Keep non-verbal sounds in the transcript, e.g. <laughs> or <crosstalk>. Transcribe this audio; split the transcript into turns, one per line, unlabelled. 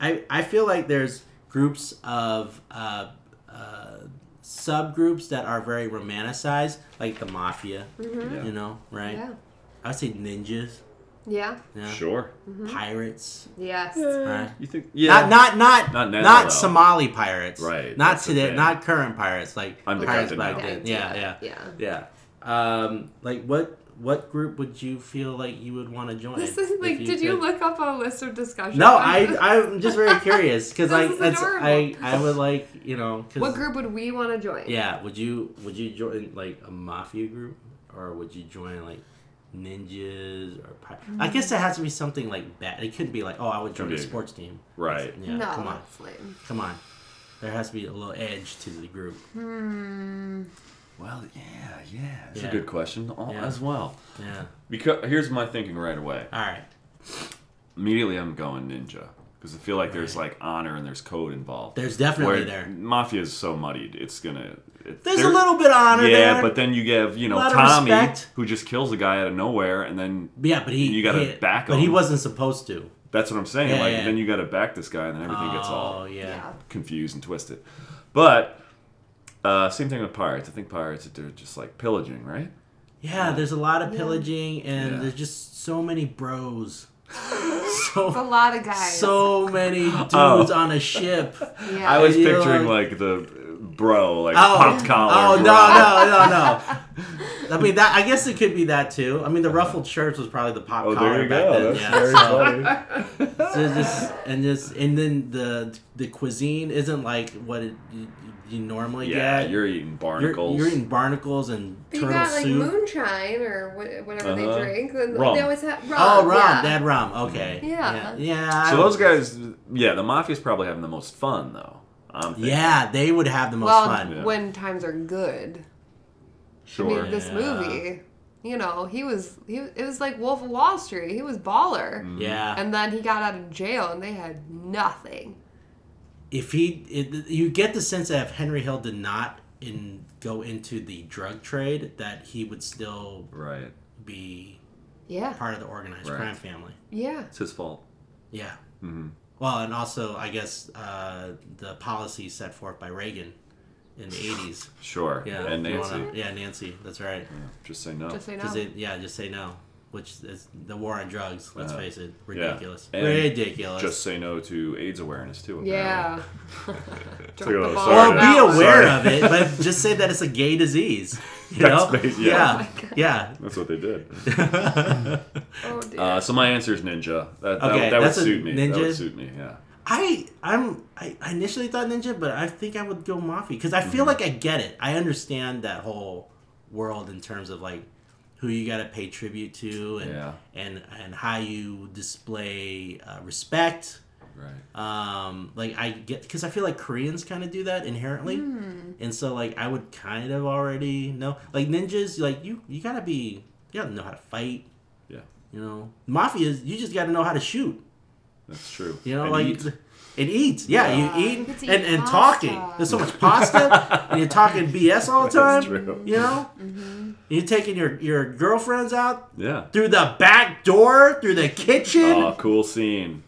I I feel like there's groups of uh, uh, subgroups that are very romanticized, like the mafia.
Mm-hmm.
You know, right?
Yeah.
I would say ninjas,
Yeah.
yeah.
Sure.
Mm-hmm.
pirates,
Yes.
right?
You think? Yeah.
Not not not
Not
not,
now, though.
Somali pirates,
Right,
Not
that's the
today,
thing.
not current pirates, like
I'm the
pirates
captain
back
now.
then.
The
Yeah, yeah,
idea, yeah.
yeah. Um, like what what group would you feel like you would want to join?
This is
if
like, did you
could-
look up a list of discussion? <laughs>
No, I
items?
I'm just very curious because
This
like
is
that's I
adorable.
I would like you know 'cause-
What group would we want to join?
Yeah, would you would you join like a mafia group or would you join like ninjas or pi- I guess it has to be something like that. It couldn't be like oh I would join
Could
a
be.
sports team.
Right.
Yeah,
no,
come on,
that's lame.
come on. There has to be a little edge to the group.
Hmm.
Well, yeah, yeah. That's
Yeah.
a good question all,
Yeah.
as well.
Yeah.
Because here's my thinking right away.
All right.
Immediately, I'm going ninja because I feel like there's like honor and there's code involved.
There's definitely
Where
there.
Mafia is so muddied. It's gonna. It,
There's
there-
a little bit of honor
Yeah,
there.
but then you give you know
Lot of
Tommy
respect.
who just kills a guy out of nowhere, and then
yeah, but he
you gotta
he,
back
But he
him.
wasn't supposed to.
that's what I'm saying.
Yeah,
like
yeah.
then you got to back this guy, and then everything gets all
Oh yeah.
Yeah.
confused and twisted. But uh, same thing with pirates. I think pirates they're just like pillaging, right?
Yeah, there's a lot of
Yeah.
pillaging and
Yeah.
there's just so many bros. <laughs> so
It's a lot of guys.
so many dudes
<laughs> Oh.
on a
<laughs>
ship.
yeah.
I was
you know,
picturing
like-
like the bro, like
Oh.
popped collar.
Oh no,
bro.
no, no, no. I mean that. I guess it could be that too. I mean, the ruffled shirts was probably the pop
Oh,
collar
there you
back
go.
then.
That's
yeah.
very
so, <laughs>
funny.
so just and just and then the the cuisine isn't like what it, you, you normally
Yeah,
get.
you're eating
you're,
barnacles.
you're eating barnacles and
You
turtle
got like
soup.
moonshine or wha- whatever they
Uh-huh.
drink. and
Rum.
They always have rum.
oh, rum,
yeah.
dad rum. Okay. Yeah.
Yeah.
Yeah.
so those guys, yeah, the mafia's probably having the most fun though. I'm thinking.
Yeah, they would have the most
well,
fun.
Yeah.
when times are good. I
sure.
mean, this
Yeah.
movie, you know, he was he. It was like Wolf of Wall Street. He was baller,
Yeah.
and then he got out of jail, and they had nothing.
if he it, you get the sense that if henry hill did not in go into the drug trade that he would still
Right.
be
Yeah,
part of the organized
Right.
crime family
yeah,
It's his fault.
yeah
Mhm.
well and also i guess uh, the policy set forth by reagan in the
<laughs>
80s
Sure.
yeah
And
if you
Nancy.
wanna- yeah nancy that's right
Yeah, just say no.
just say no.
'Cause it- yeah just say no which is the war on drugs let's
Uh,
face it ridiculous
And
ridiculous
Just say no to AIDS awareness too. Apparently. <laughs>
yeah. <laughs> Drop
like,
the
oh,
ball
Well,
sorry.
on
Sorry.
that
be
one.
aware
Sorry.
of it,
<laughs>
but just say that it's a gay disease. You
That's
know?
basi- yeah.
yeah,
Oh
yeah.
That's what they did.
Oh dear.
Uh, so my answer is ninja. That, that,
Okay,
that would
that's a
suit me. That would
ninja.
suit me. Yeah.
<laughs> I I'm I I initially thought ninja, but I think I would go mafia because I feel like I get it. I understand that whole world in terms of like who you got to pay tribute to and
Yeah.
and and how you display uh, respect.
Right.
Um, like I get because I feel like Koreans kind of do that inherently, and so like I would kind of already know like ninjas like you you gotta be you gotta know how to fight.
Yeah.
You know, mafias you just gotta know how to shoot.
That's true.
You know,
And
like
eat.
it eats. Yeah,
Yeah.
you eat
You get to
and,
eat
and
pasta.
talking. There's so much pasta,
<laughs>
and you're talking BS all the time.
That's true.
You know,
Mm-hmm.
you're taking your your girlfriends out
Yeah.
through the back door, through the kitchen.
Oh, cool scene.